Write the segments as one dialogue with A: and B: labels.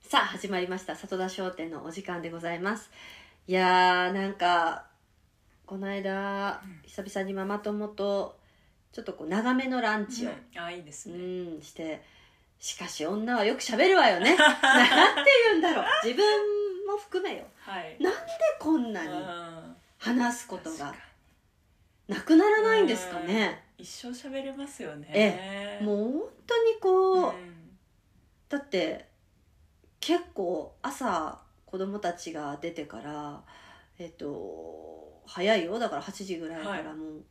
A: さあ始まりました里田商店のお時間でございますいやーなんかこの間久々にママ友とちょっとこう長めのランチを、
B: ああいいです
A: う
B: ね、
A: ん、してしかし女はよく喋るわよね なんて言うんだろう自分も含めよ
B: はい
A: なんでこんなに
B: うん
A: 話すこと
B: 確
A: が
B: か
A: なくならないんですかね
B: に一生喋れますよね
A: えもう本当に
B: うん
A: こう、だって結構朝子供たちが出てからえっと早いよだから8時ぐらいからもう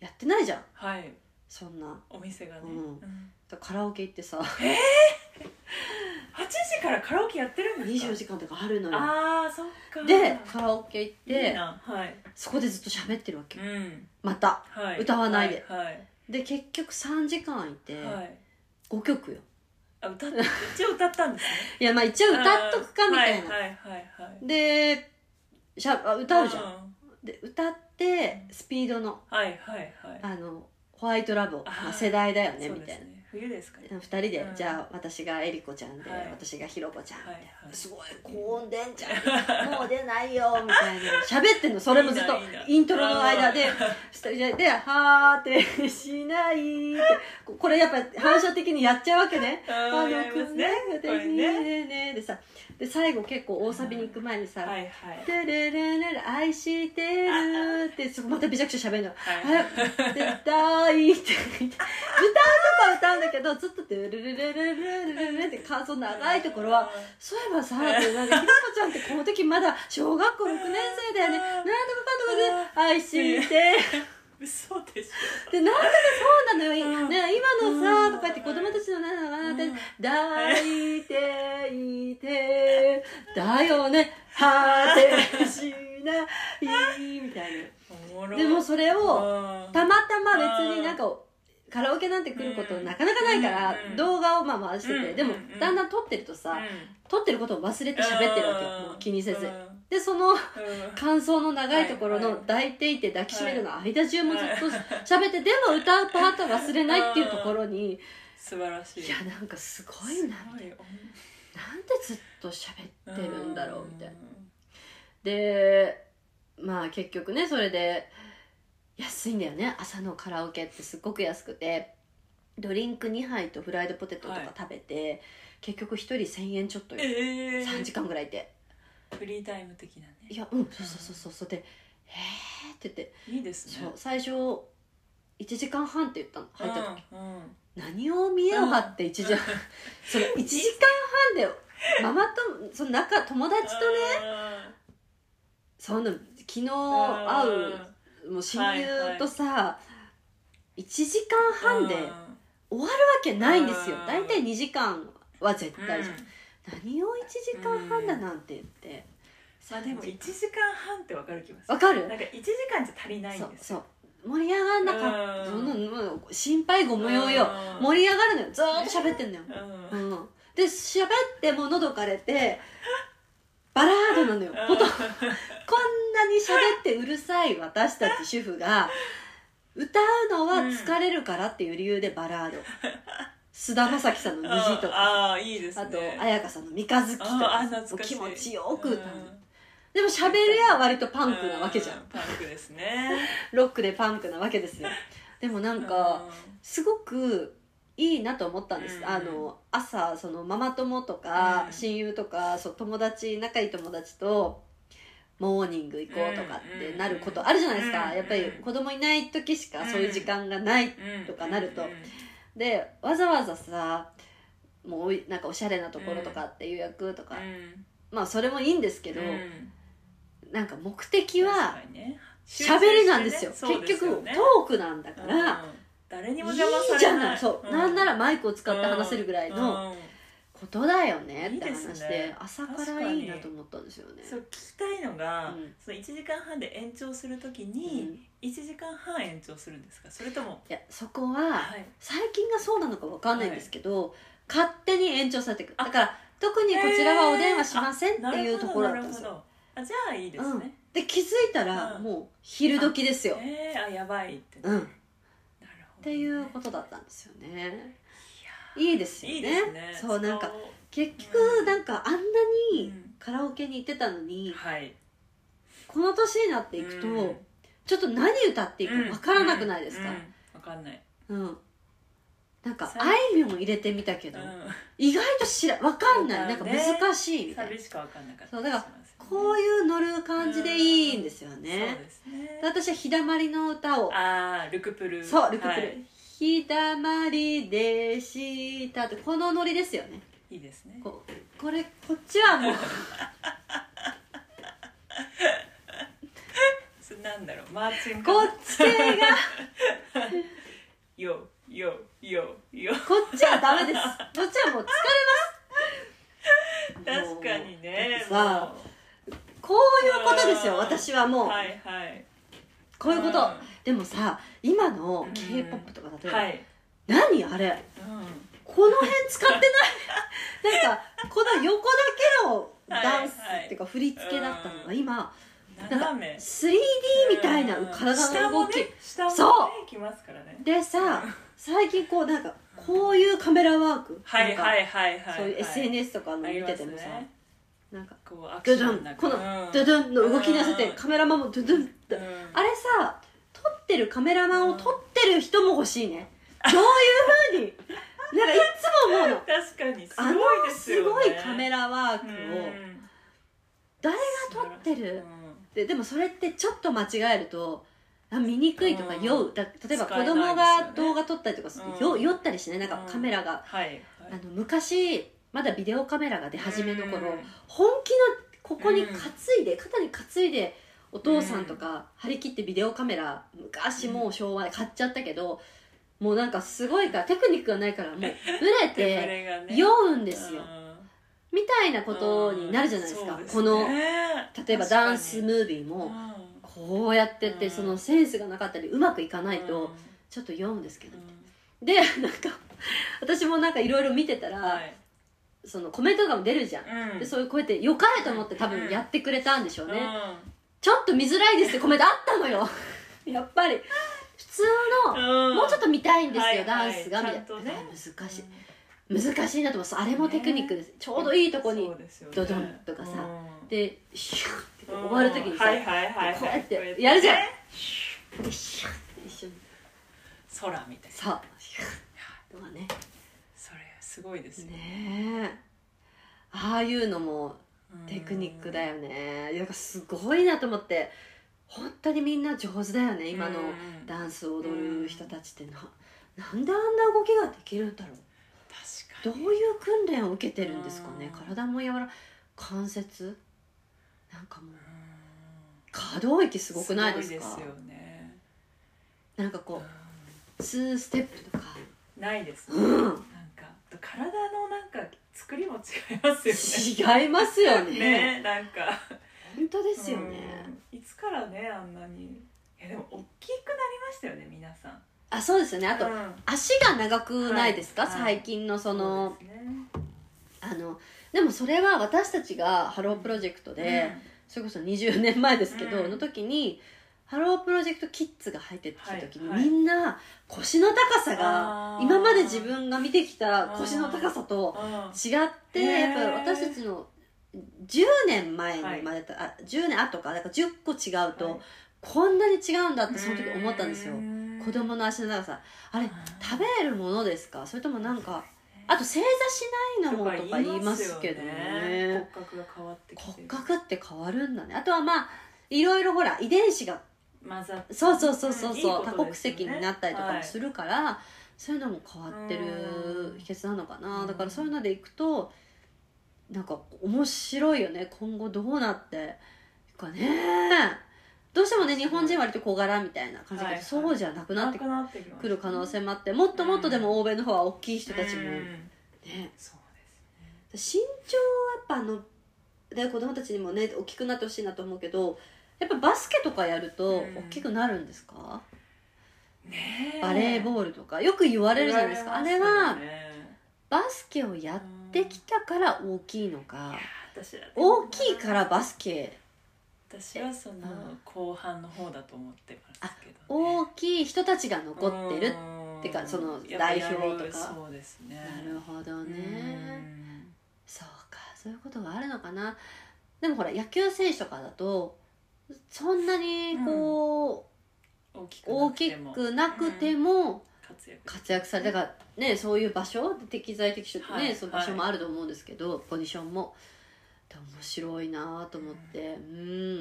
A: やってないじゃん、
B: はい
A: そんな
B: お店がね、
A: うん
B: うん
A: だからカラオケ行ってさ
B: 8時からカラオケやってるんですか
A: 24時間とかあるのよ
B: ああそっか
A: でカラオケ行っ
B: いい
A: て
B: なはい、
A: そこでずっと喋ってるわけ
B: うん
A: また
B: はい、
A: 歌わないで
B: はい
A: で結局3時間いて
B: はい、はい
A: 5曲よ
B: あ歌っ一応歌ったんですね
A: いやまあ一応歌っとくかみたいな、
B: はいはいはいはい
A: でしゃあ歌うじゃん、
B: ん
A: で歌ってスピードの
B: はいはいはい
A: あのホワイトラブを、
B: あー
A: まあ、世代だよね
B: そう
A: み
B: で
A: たい
B: す
A: な、
B: ね冬ですかね
A: 二人で、
B: うん
A: じゃあ私がえりこちゃんで、
B: はい
A: 私がひろこちゃん、
B: はいはい
A: すごい高音出んじ ゃんもう出ないよみたいな喋ってんのそれもずっと
B: いいないいな
A: イントロの間で二人でで「はーてしない」ってここれやっぱ反射的にやっちゃうわけね
B: あ
A: あ
B: ーやりますね
A: くん
B: これ
A: ね
B: ね
A: ねねでさで最後結構大サビに行く前にさ
B: はいはい
A: 「テレレレレ愛してる」ってそこまためちゃくちゃ喋るの
B: はい
A: 「絶対」って言って歌うとこは歌うんだけどずっと「テレレレレレレレ」って感想長いところは「そういえばさ」ってなんかひろこちゃんってこの時まだ小学校6年生だよねなんとかかんとかで「愛して」
B: 嘘でしょ
A: でなんとかそうなのよ、
B: うん
A: ね、今のさ、
B: うん
A: とか言って子供たちのなんだかなって、
B: うん
A: 抱いていてだよね果てしないみたい
B: おもろ
A: なでもそれを
B: を
A: たまたま別になんかカラオケなんて来ることなかなかないから、
B: うん
A: 動画をまあ回してて、
B: うん
A: でも
B: うん
A: だんだん撮ってるとさ、撮ってることを忘れて喋ってるわけよ、もう気にせず、でその感想の長いところ
B: はい
A: の
B: はい
A: 抱いていて抱きしめるの間中もずっと喋ってでも歌うパートは忘れないっていうところにい
B: 素晴らしい
A: やなんかすごいななん
B: す
A: で
B: ごい
A: ずっと喋ってるんだろうみたいな
B: な
A: でまあ結局ねそれで安いんだよね朝のカラオケってすっごく安くてドリンク2杯とフライドポテトとか食べて、結局1人1000円ちょっとよ
B: ええ
A: 3時間ぐらいいて
B: フリータイム的なね
A: いやうんそうそうそうそうそうで「えー」って言って
B: いいです
A: そ
B: ね
A: う最初1時間半って言ったの入った時、
B: うんうん
A: 何を見ようかって1時間その1時 間半でママとその仲友達とね
B: ね
A: その昨日会うもう親友とさ、1時間半で終わるわけないんですよ
B: うん
A: 大体2時間は絶対
B: 大
A: じ
B: 丈
A: ゃん
B: 夫、
A: 何を1時間半だなんて言って、
B: まあでも
A: 3
B: 1
A: 時
B: 時間半ってわかる気がす
A: わかる
B: るなんか1時間じゃ足りない
A: そ
B: ん
A: う
B: です
A: そう盛り上がんなかったそ
B: うん
A: んなもう心配ご無用よ
B: うん
A: 盛り上がるのよずーっと喋ってんのよ
B: うん
A: うん、で喋っても喉かれてバラードなのよほんとこんなに喋ってうるさい私たち主婦が歌うのは疲れるからっていう理由でバラード菅田将暉さんの「虹」とか
B: ああいいですね
A: あと彩香さんの「三日月」と
B: あ
A: か
B: ーあー
A: もう
B: 懐かし
A: 気
B: い
A: 持ちよく歌うのでも喋りは割とパンクなわけじゃ
B: うんパンクですね
A: ロックでパンクなわけですよでもなんかすごくいいなと思ったんです、
B: うん
A: あの朝そのママ友とか、
B: うん
A: 親友とかそう友達仲いい友達とモーニング行こうとかってなることあるじゃないですか、
B: うん
A: やっぱり子供いない時しかそういう時間がない、
B: うん
A: とかなると
B: うん
A: でわざわざさもうおいなんかおしゃれなところとかって予約とか、
B: うん
A: まあそれもいいんですけど、
B: うん
A: なんか目的は
B: 確かにね
A: 喋りなんですよ,、
B: 集中してね
A: 結
B: そう
A: 局ト
B: ですよね
A: ークなんだから、
B: うん誰にも
A: いい
B: 邪魔されない
A: じゃないそう、なんなら
B: うん
A: マイクを使って話せるぐらいの
B: うん
A: ことだよねって
B: いいで
A: 話
B: す
A: で
B: ね
A: 朝からいいなと思ったんですよね
B: そう聞きたいのが
A: うん
B: その1時間半で延長するとき
A: うん
B: に
A: い
B: 1時間半延長するんですかそれとも
A: やそこは
B: はい
A: 最近がそうなのかわかんないんですけど、勝手に延長されていく
B: あ
A: だから特にこちらはお電話しませんっていうところだったんです
B: な
A: よ
B: るほどなるほどあじゃあいいですね、
A: で気づいたら
B: うん
A: もう昼時ですよ
B: えー、あやばいって、
A: うんっ
B: なるほどね
A: ていうことだったんですよね
B: いや
A: いいですよ
B: ー
A: ね
B: いいですね
A: そうなんか
B: う
A: 結
B: う
A: 局
B: ん
A: なんかあんなに
B: うん
A: カラオケに行ってたのに、
B: はい
A: この年になっていくと、
B: うん
A: ちょっと何歌っていいか分からなくないですか
B: うん、分かんない、
A: うんなんか
B: さ
A: あいみょん入れてみたけど、
B: う
A: 意外と知ら分かんない、
B: わ
A: な
B: か
A: ん
B: ん
A: か
B: ない
A: 難しいみ
B: ん、
A: たいな
B: 寂しか分かんなかった
A: そうだから
B: りしますよね
A: こういう乗る感じでいいんですよ
B: そう
A: ね、
B: ですね
A: で私は「日だまりの歌を」
B: ああルクプル
A: そうルクプル「
B: はい、
A: 日だまりでした」ってこのノリですよね
B: いいですね
A: ここれこっち はもう
B: それなんだろうマーチン
A: こっち系が
B: よよよよ
A: こっちはダメですこっちはもう疲れます
B: 確かにね
A: もうだってさ
B: も
A: こういうことですよ
B: うん
A: 私はも
B: う
A: う、
B: はいはい
A: こういうこと、
B: ん
A: でもさ今の
B: うん
A: k p o p とか例えば、
B: はい、
A: 何あれ
B: うん、
A: この辺使ってない なんかこの横だけのダンス
B: はいはい
A: っていうか振り付けだったのが
B: うん
A: 今
B: 斜め
A: 3D みたいな体の動き
B: 下もね下もね
A: そう
B: いきますからね
A: でさ最近こうなんかこういうカメラワーク
B: はい
A: なんか
B: はいはいはい
A: そういう
B: はい
A: SNS とかの
B: あり
A: 見
B: ま
A: て
B: す
A: てもさ、
B: ね
A: なんか
B: こうア
A: ド
B: ク
A: ゥ
B: シ
A: ド
B: ョンな
A: ンこの
B: うん
A: ドゥドンの動きに合わせ
B: う
A: て
B: ん
A: カメラマンもドゥドゥンって、
B: うん
A: あれさ撮ってるカメラマンを撮ってる人も欲しいね、どう いうふうになんかいつも思うの
B: 確かにす
A: あの
B: ごいです
A: す
B: よ
A: ご
B: ね
A: いカメ
B: ラ
A: ラワーク
B: を
A: を誰が撮ってる
B: うん
A: ででもそれってちょっと間違えるとあ醜いとか
B: うん
A: 酔うだ例えば
B: 使
A: 子
B: え
A: 供
B: ないですよね
A: が動画撮ったりとかすると酔
B: う
A: うん酔ったりしないなんかカメラが、
B: はいはい
A: あの昔まだビデオカメラが出始めの頃、
B: うん
A: 本気のここに担いで、肩に担いでお父さんとか張り切ってビデオカメラ昔もう昭和で買っちゃったけど、もうなんかすごいからテクニックがないから もうブレ
B: 手ぶ
A: て
B: れがね
A: 酔うんですよ、
B: うん
A: みたいなことになるじゃないですか、
B: うん
A: こ
B: そう
A: の
B: ですね
A: 例えばダンスムービーもこうやってって
B: うん
A: そのセンスがなかったりうまくいかない
B: うん
A: とちょっと酔うんですけど、
B: うん
A: でなんか私もなんかいろいろ見てたら、
B: はい
A: そのコメントとかも出るじゃん、
B: うん
A: でそういうこうやって良かれと思って多分やってくれたんでしょうね、
B: うん
A: ちょっと見づらいですってコメントあったの よやっぱり普通の、もうちょっと見たいんですよ、
B: はいはい
A: ダンスがみたい
B: ちゃんと
A: な、
B: ね
A: 難しい難しいなと思いますあれもテクニックです、ちょうどいいとこにドドンとかさでシュッてこう終わる時にさ、
B: はいはいはいはい
A: こうやってやるじゃん
B: ね
A: でシュッて一緒に
B: 空みたいな
A: さシュッとかね
B: それすごいですね
A: ねえああいうのも
B: うん
A: テクニックだよねいやなんかすごいなと思って本当にみんな上手だよね今の
B: うん
A: ダンスを踊る人たちってななんであんな動きができるんだろうど
B: 確
A: う
B: か
A: い
B: に
A: う訓練を受けてるんですかね
B: うん
A: 体も柔ら関節なんかもう
B: うん
A: 可動域すごくないですか
B: ごよね
A: なんかこう2ステップとか
B: ないですね
A: う
B: なんか体のなんか作りも違いますよね
A: ん違いますよね
B: ねなんか
A: 本当ですよね、
B: うんいつからねあんなにいやでも大きくなりましたよね皆さん
A: あそうですよねあと、
B: うん
A: 足が長くないですか、
B: はいはい
A: 最近のその
B: そうですね
A: あのでもそれは私たちがハロープロジェクトで、それこそ20年前ですけど、
B: うん
A: の時にハロープロジェクトキッズが入ってきた時に、
B: はいはい
A: みんな腰の高さが
B: あー
A: 今まで自分が見てきた腰の高さと
B: うんうん
A: 違って
B: へー
A: やっぱり私たちの10年前に生まれた、あ10年後かだから10個違うと、
B: はい
A: こんなに違うんだってその時思ったんですよ子供の足の長さあれ
B: あー
A: 食べるものですかそれともなんかあと正座しないのもとか言いますけどね
B: 骨格が変わってきて
A: 骨格って変わるんだねあとはまあいろいろほら遺伝子が
B: 混ざって
A: そうそうそうそう
B: うんいい
A: そう、
B: ことですよね
A: 多国籍になったりとか
B: は
A: も
B: い
A: するから、そういうのも変わってる
B: うん
A: 秘訣なのかな、
B: うん
A: だからそういうのでいくとなんか面白いよね今後どうなっていくかねどうしてもね日本人は割と小柄みたいな感じだけど、
B: はい
A: そうじゃなくなっ
B: な
A: て
B: くなってきます
A: くる可能性もあってもっともっとでも欧米の方は大きい人たちも
B: う
A: ね、
B: んそうです
A: 身
B: ね
A: 長はやっぱあので子供たちにもね大きくなってほしいなと思うけどやっぱバスケとかやると
B: うん
A: 大きくなるんですか、
B: ねえ
A: バレーボールとかよく言われるじゃないですか、あれ
B: 言わ
A: は
B: れますよね
A: バスケをやってきたから大きいの
B: い
A: か
B: や私はでも
A: 大きいからバスケ
B: 私はその
A: うん
B: 後半の方だと思ってますけどね
A: 大きい人たちが残ってる、
B: ん
A: ってかその
B: やっぱやる
A: 代表とか
B: そうですね
A: なるほどね、
B: うん
A: そうかそういうことがあるのかなでもほら野球選手とかだとそんなにこ
B: 大き
A: う、大き
B: くなくても
A: くなくても、
B: 活躍
A: 活躍されたがねそういう場所適材適所ってね、
B: はい
A: そう場所もあると思うんですけど、ポジションもで面白いなと思ってう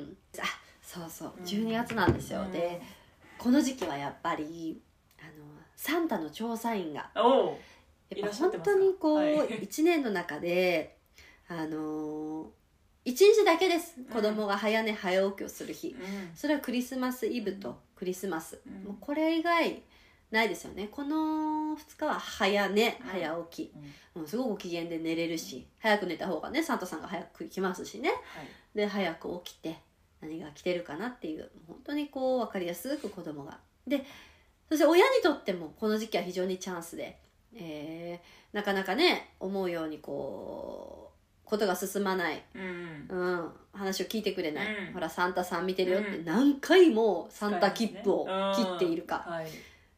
A: ん、あそうそう
B: うん
A: 12月なんですよ、
B: うん
A: でこの時期はやっぱりあのサンタの調査員が
B: おうい
A: やっ
B: ら
A: ぱ
B: っしゃっ
A: 本
B: てますか
A: 当にこう、
B: はい
A: 1年の中であの1日だけです子供が早寝早起きをする日、
B: うん
A: それはクリスマスイブとクリスマス、
B: うん
A: もうこれ以外ないですよねこの2日は早寝
B: うん
A: 早起き、
B: うん
A: もうすごくご機嫌で寝れるし早く寝た方がねサンタさんが早く来ますしね
B: はい
A: で早く起きて何が来てるかなっていう本当にこう分かりやすく子供がでそして親にとってもこの時期は非常にチャンスで、えーなかなかね思うようにこうことが進まない
B: うん
A: うん、話を聞いてくれない、
B: うん
A: ほらサンタさん見てるよって
B: うん
A: 何回もサンタ切符を切っているか、
B: はい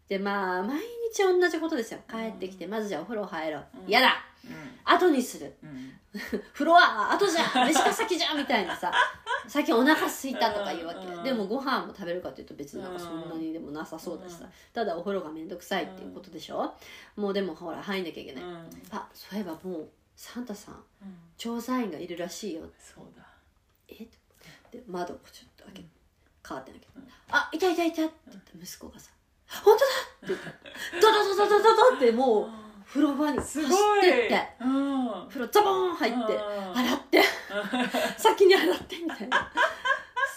A: でまあ毎日同じことですよ帰ってきて、
B: う
A: まずじゃあお風呂入ろう、
B: うん
A: 嫌だ後にする
B: うんうん
A: 風呂は後じ ゃ飯が先じゃみたいなさ最近お腹空いたとか言うわけ、
B: うん
A: でもご飯も食べるかというと別になんかそんなにでもなさそうだしさ、ただお風呂が面倒くさいっていうことでしょ、もうでもほら入んなきゃいけ
B: う
A: ない、
B: ん
A: あそういえばもうサンタさん
B: うん
A: 調査員がいるらしいよ
B: そうだ
A: えっとで窓をちょっと開け
B: うん
A: カーテン開けて
B: うん
A: 「あいたいたいた」って言った息子がさ「本当だ!」って言ったドドドドドドドってもう
B: あ
A: 風呂場に
B: ー
A: 走
B: す
A: っ
B: ごい
A: てって
B: うん
A: 風呂ザボーン入っ
B: う
A: て
B: ん
A: 洗って 先に洗ってみたいな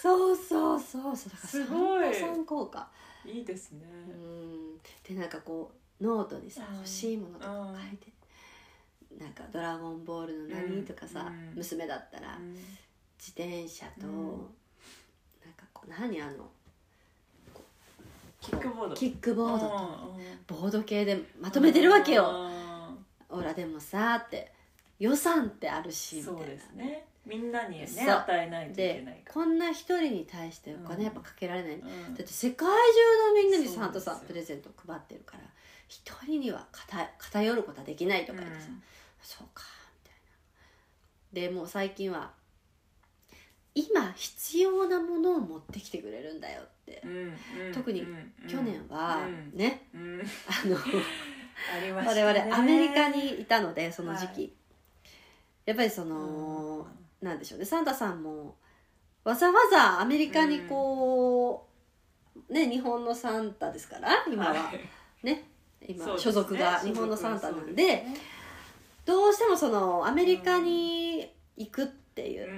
A: そうそうそうそうだから
B: すごい
A: サンタさん効果
B: いいですね
A: うんでなんかこうノートにさ
B: うん
A: 欲しいものとか書いてなんか「ドラゴンボールの何?」とかさ
B: うん
A: 娘だったら
B: う。ん
A: 自転車と、
B: うん
A: なんかこう何あの
B: キックボード
A: キックボードと
B: うんうん
A: ボード系でまとめてるわけよ、
B: うん
A: ほらでもさって予算ってあるしみたい
B: そう
A: な
B: ですねみんなにね
A: そう
B: 与えないといけない
A: で
B: か
A: こんな一人に対してお
B: うん
A: 金やっぱかけられない、
B: ら
A: だ
B: うん
A: って世界中のみんなにサンタさん
B: そう
A: プ
B: で
A: レゼント配ってるから一人には偏偏ることはできないとか言ってさ、そうかみたいなでもう最近は今必要なものを持ってきてくれるんだよって
B: うんうんうん
A: 特に
B: うんうん
A: 去年は
B: うん
A: ね、
B: うん
A: あ の
B: ありましたね
A: 我々アメリカにいたのでその時期、
B: は
A: やっぱりそ
B: うん
A: の、なんでしょうねサンタさんもわざわざアメリカにこう、ね日本のサンタですから今は、
B: い
A: ね今
B: そうですね
A: 所属が日本のサンタなんでどうしてもそのアメリカに行くっていう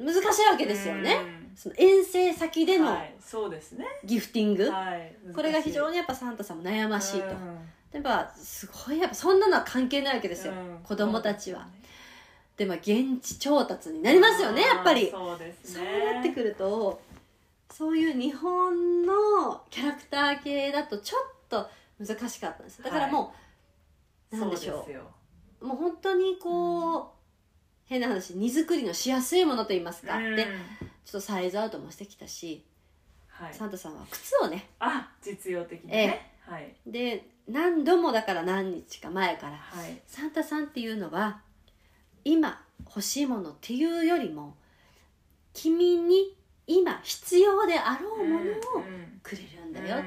A: う、
B: ん
A: 難しいわけですよね、
B: うん
A: その遠征先での
B: はいそうですね
A: ギフティング、
B: はい
A: これが非常
B: に
A: にやっぱサンタさんも悩ましいと、
B: うん
A: やっぱすごいやっぱそんなのは関係ないわけですよ、
B: うん
A: 子供たちはでまあ現地調達になりますよねやっぱり
B: うんそうです
A: そう
B: ね
A: なってくるとそういう日本のキャラクター系だとちょっと難しかったんですだからもう、なんでし
B: そう
A: ょ
B: すよ
A: うもう本当にこう、変な話荷造りのしやすいものといいますか、
B: うん
A: でちょっとサイズアウトもしてきたし、
B: はい
A: サンタさんは靴をね
B: あ実用的にねはい
A: で何度もだから何日か前から
B: はい
A: サンタさんっていうのは今欲しいものっていうよりも君に今必要であろうものを
B: ん
A: くれるんだよ、
B: う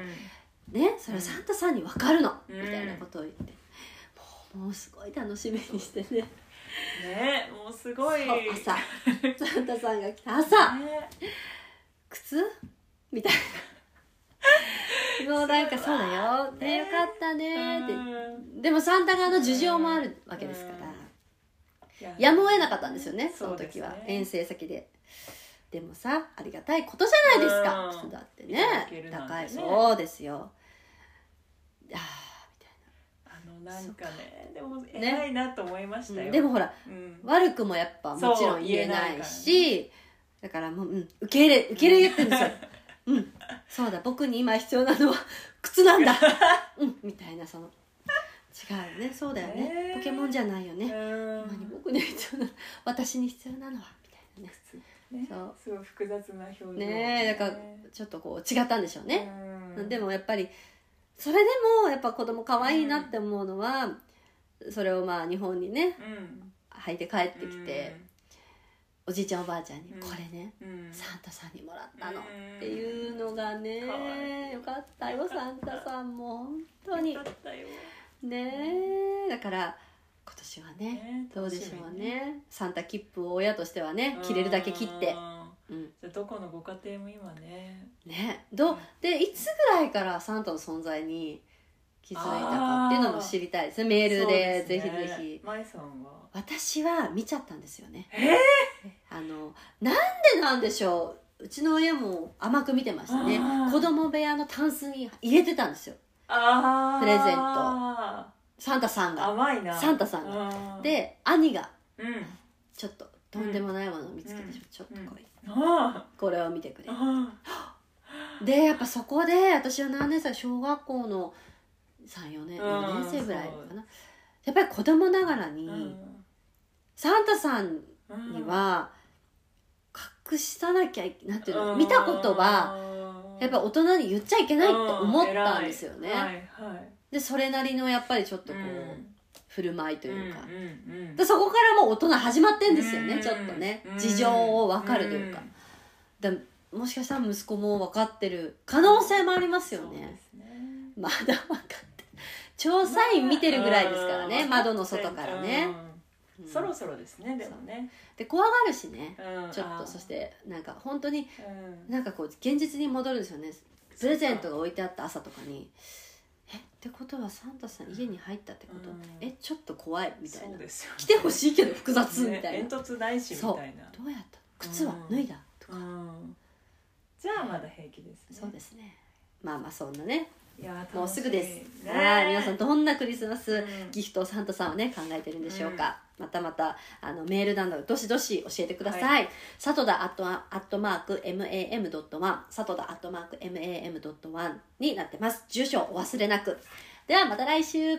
B: ん
A: ねそれはサンタさんに分かるの、
B: うん
A: みたいなことを言ってもうもうすごい楽しみにしてね
B: ねもうすごい
A: そう朝サンタさんが来た朝
B: ね
A: 靴みたいな もうなんかそうだよ、ね、
B: ね
A: よかったねって、
B: うん
A: でもサンタ側の事情もあるわけですから、
B: うん
A: やむを得なかったんですよねその
B: うです
A: 時
B: ね
A: は、遠征先ででもさありがたいことじゃないですか
B: うん
A: 靴だって
B: いただけ
A: ね
B: るなんて
A: 高
B: ね
A: いそうですよあ
B: あのなんかねでも偉いなと思いまし
A: ー
B: た
A: うん
B: よ
A: でもほら
B: うん
A: 悪くもやっぱもちろ
B: そ
A: ん
B: う
A: 言えない
B: 言
A: しだからもう、うん、受け入れ受け入れてるんですようんそうだ僕に今必要なのは靴なんだうんみたいなその違うよねそうだよね
B: ね
A: ポケモンじゃないよ
B: う
A: ね
B: ん
A: 何僕に必要な私に必要なのはみたいなね
B: ね
A: そう
B: すごい複雑な表情
A: ねえだからちょっとこう違ったんでしょうね、
B: うん
A: でもやっぱりそれでもやっぱ子供可愛いなって思うのは、それをまあ日本にね
B: うん
A: 履いて帰ってきて、おじいちゃんおばあちゃんに「
B: うん
A: これね
B: うん、
A: サンタさんにもらったの」
B: っ
A: っていうのが
B: かわい
A: ね
B: い
A: よかったよサンタさんも本当に
B: だったよ、
A: ねえだから今年はね
B: ね
A: どうでしょ
B: 楽
A: う
B: み
A: ねサンタ切符を親としてはね切れるだけ切って
B: う、ん
A: うん、
B: じゃあどこのご家庭も今ね
A: ねどうでいつぐらいからサンタの存在に気づいたかっていうのも知りたいですねメール
B: そう
A: ですぜ
B: ね
A: ひぜひ
B: まいさんは
A: 私は見ちゃったんですよね
B: ええ
A: あのなんでなんでしょううちの親も甘く見てましたね
B: あー
A: 子供部屋のタンスに入れてたんですよ
B: あー
A: プレゼンサンタさんが
B: 甘いな
A: サンタさん
B: が、
A: で兄が
B: うんうん、
A: ちょっととんでもないものを見つけて
B: うん
A: ちょちょっと来い、
B: あ
A: これを見てく
B: ー
A: れ
B: あ
A: でやっぱそこで私は何年生小学校の34年
B: うん
A: 4年生ぐらいかなやっぱり子供ながらに、
B: ー
A: サンタさん
B: うん
A: には隠さなきゃいなんていうの、
B: うん
A: 見たことはやっぱ大人に言っちゃいけないって思ったんですよ
B: うん偉
A: ね、
B: いはいはい
A: でそれなりのやっぱりちょっとこう、
B: うん
A: 振る舞いというか、
B: んうんうん
A: でそこからもう大人始まってんですよね、
B: うん
A: ちょっとね
B: うん
A: 事情を分かるというか
B: ん、
A: でもしかしたら息子も分かってる可能性もありますよ
B: そうで
A: ね、
B: すね
A: まだ分かって調査員見てるぐらいですからね、
B: うん
A: 窓の外からね、
B: うん
A: うん
B: そろそろですねでもね
A: で怖がるしね
B: うん
A: ちょっ
B: あ
A: と
B: ー
A: そしてなんか本当に
B: うん
A: なんかこう現実に戻るんですよねプレゼントが置いてあった朝とかに「えってことはサンタさん家に入ったってこと、
B: うん
A: えちょっと怖い」みたい
B: そ
A: な
B: うですよね
A: 来てほしいけど複雑みたいな、
B: ね煙突ないしみたいな
A: どうやったの靴は脱いだ、とか、
B: うんじゃあまだ平気ですね
A: そうですねまあまあそんなね
B: いやー
A: もうすぐです、
B: 楽しみね
A: はい皆さんどんなクリスマス、
B: うん
A: ギフトをサンタさんはね考えてるんでしょうか、またまたあのメールなどどしどし教えてください、サトダアットアットマーク MAM.1 サトダアットマーク MAM.1 になってます住所お忘れなくではまた来週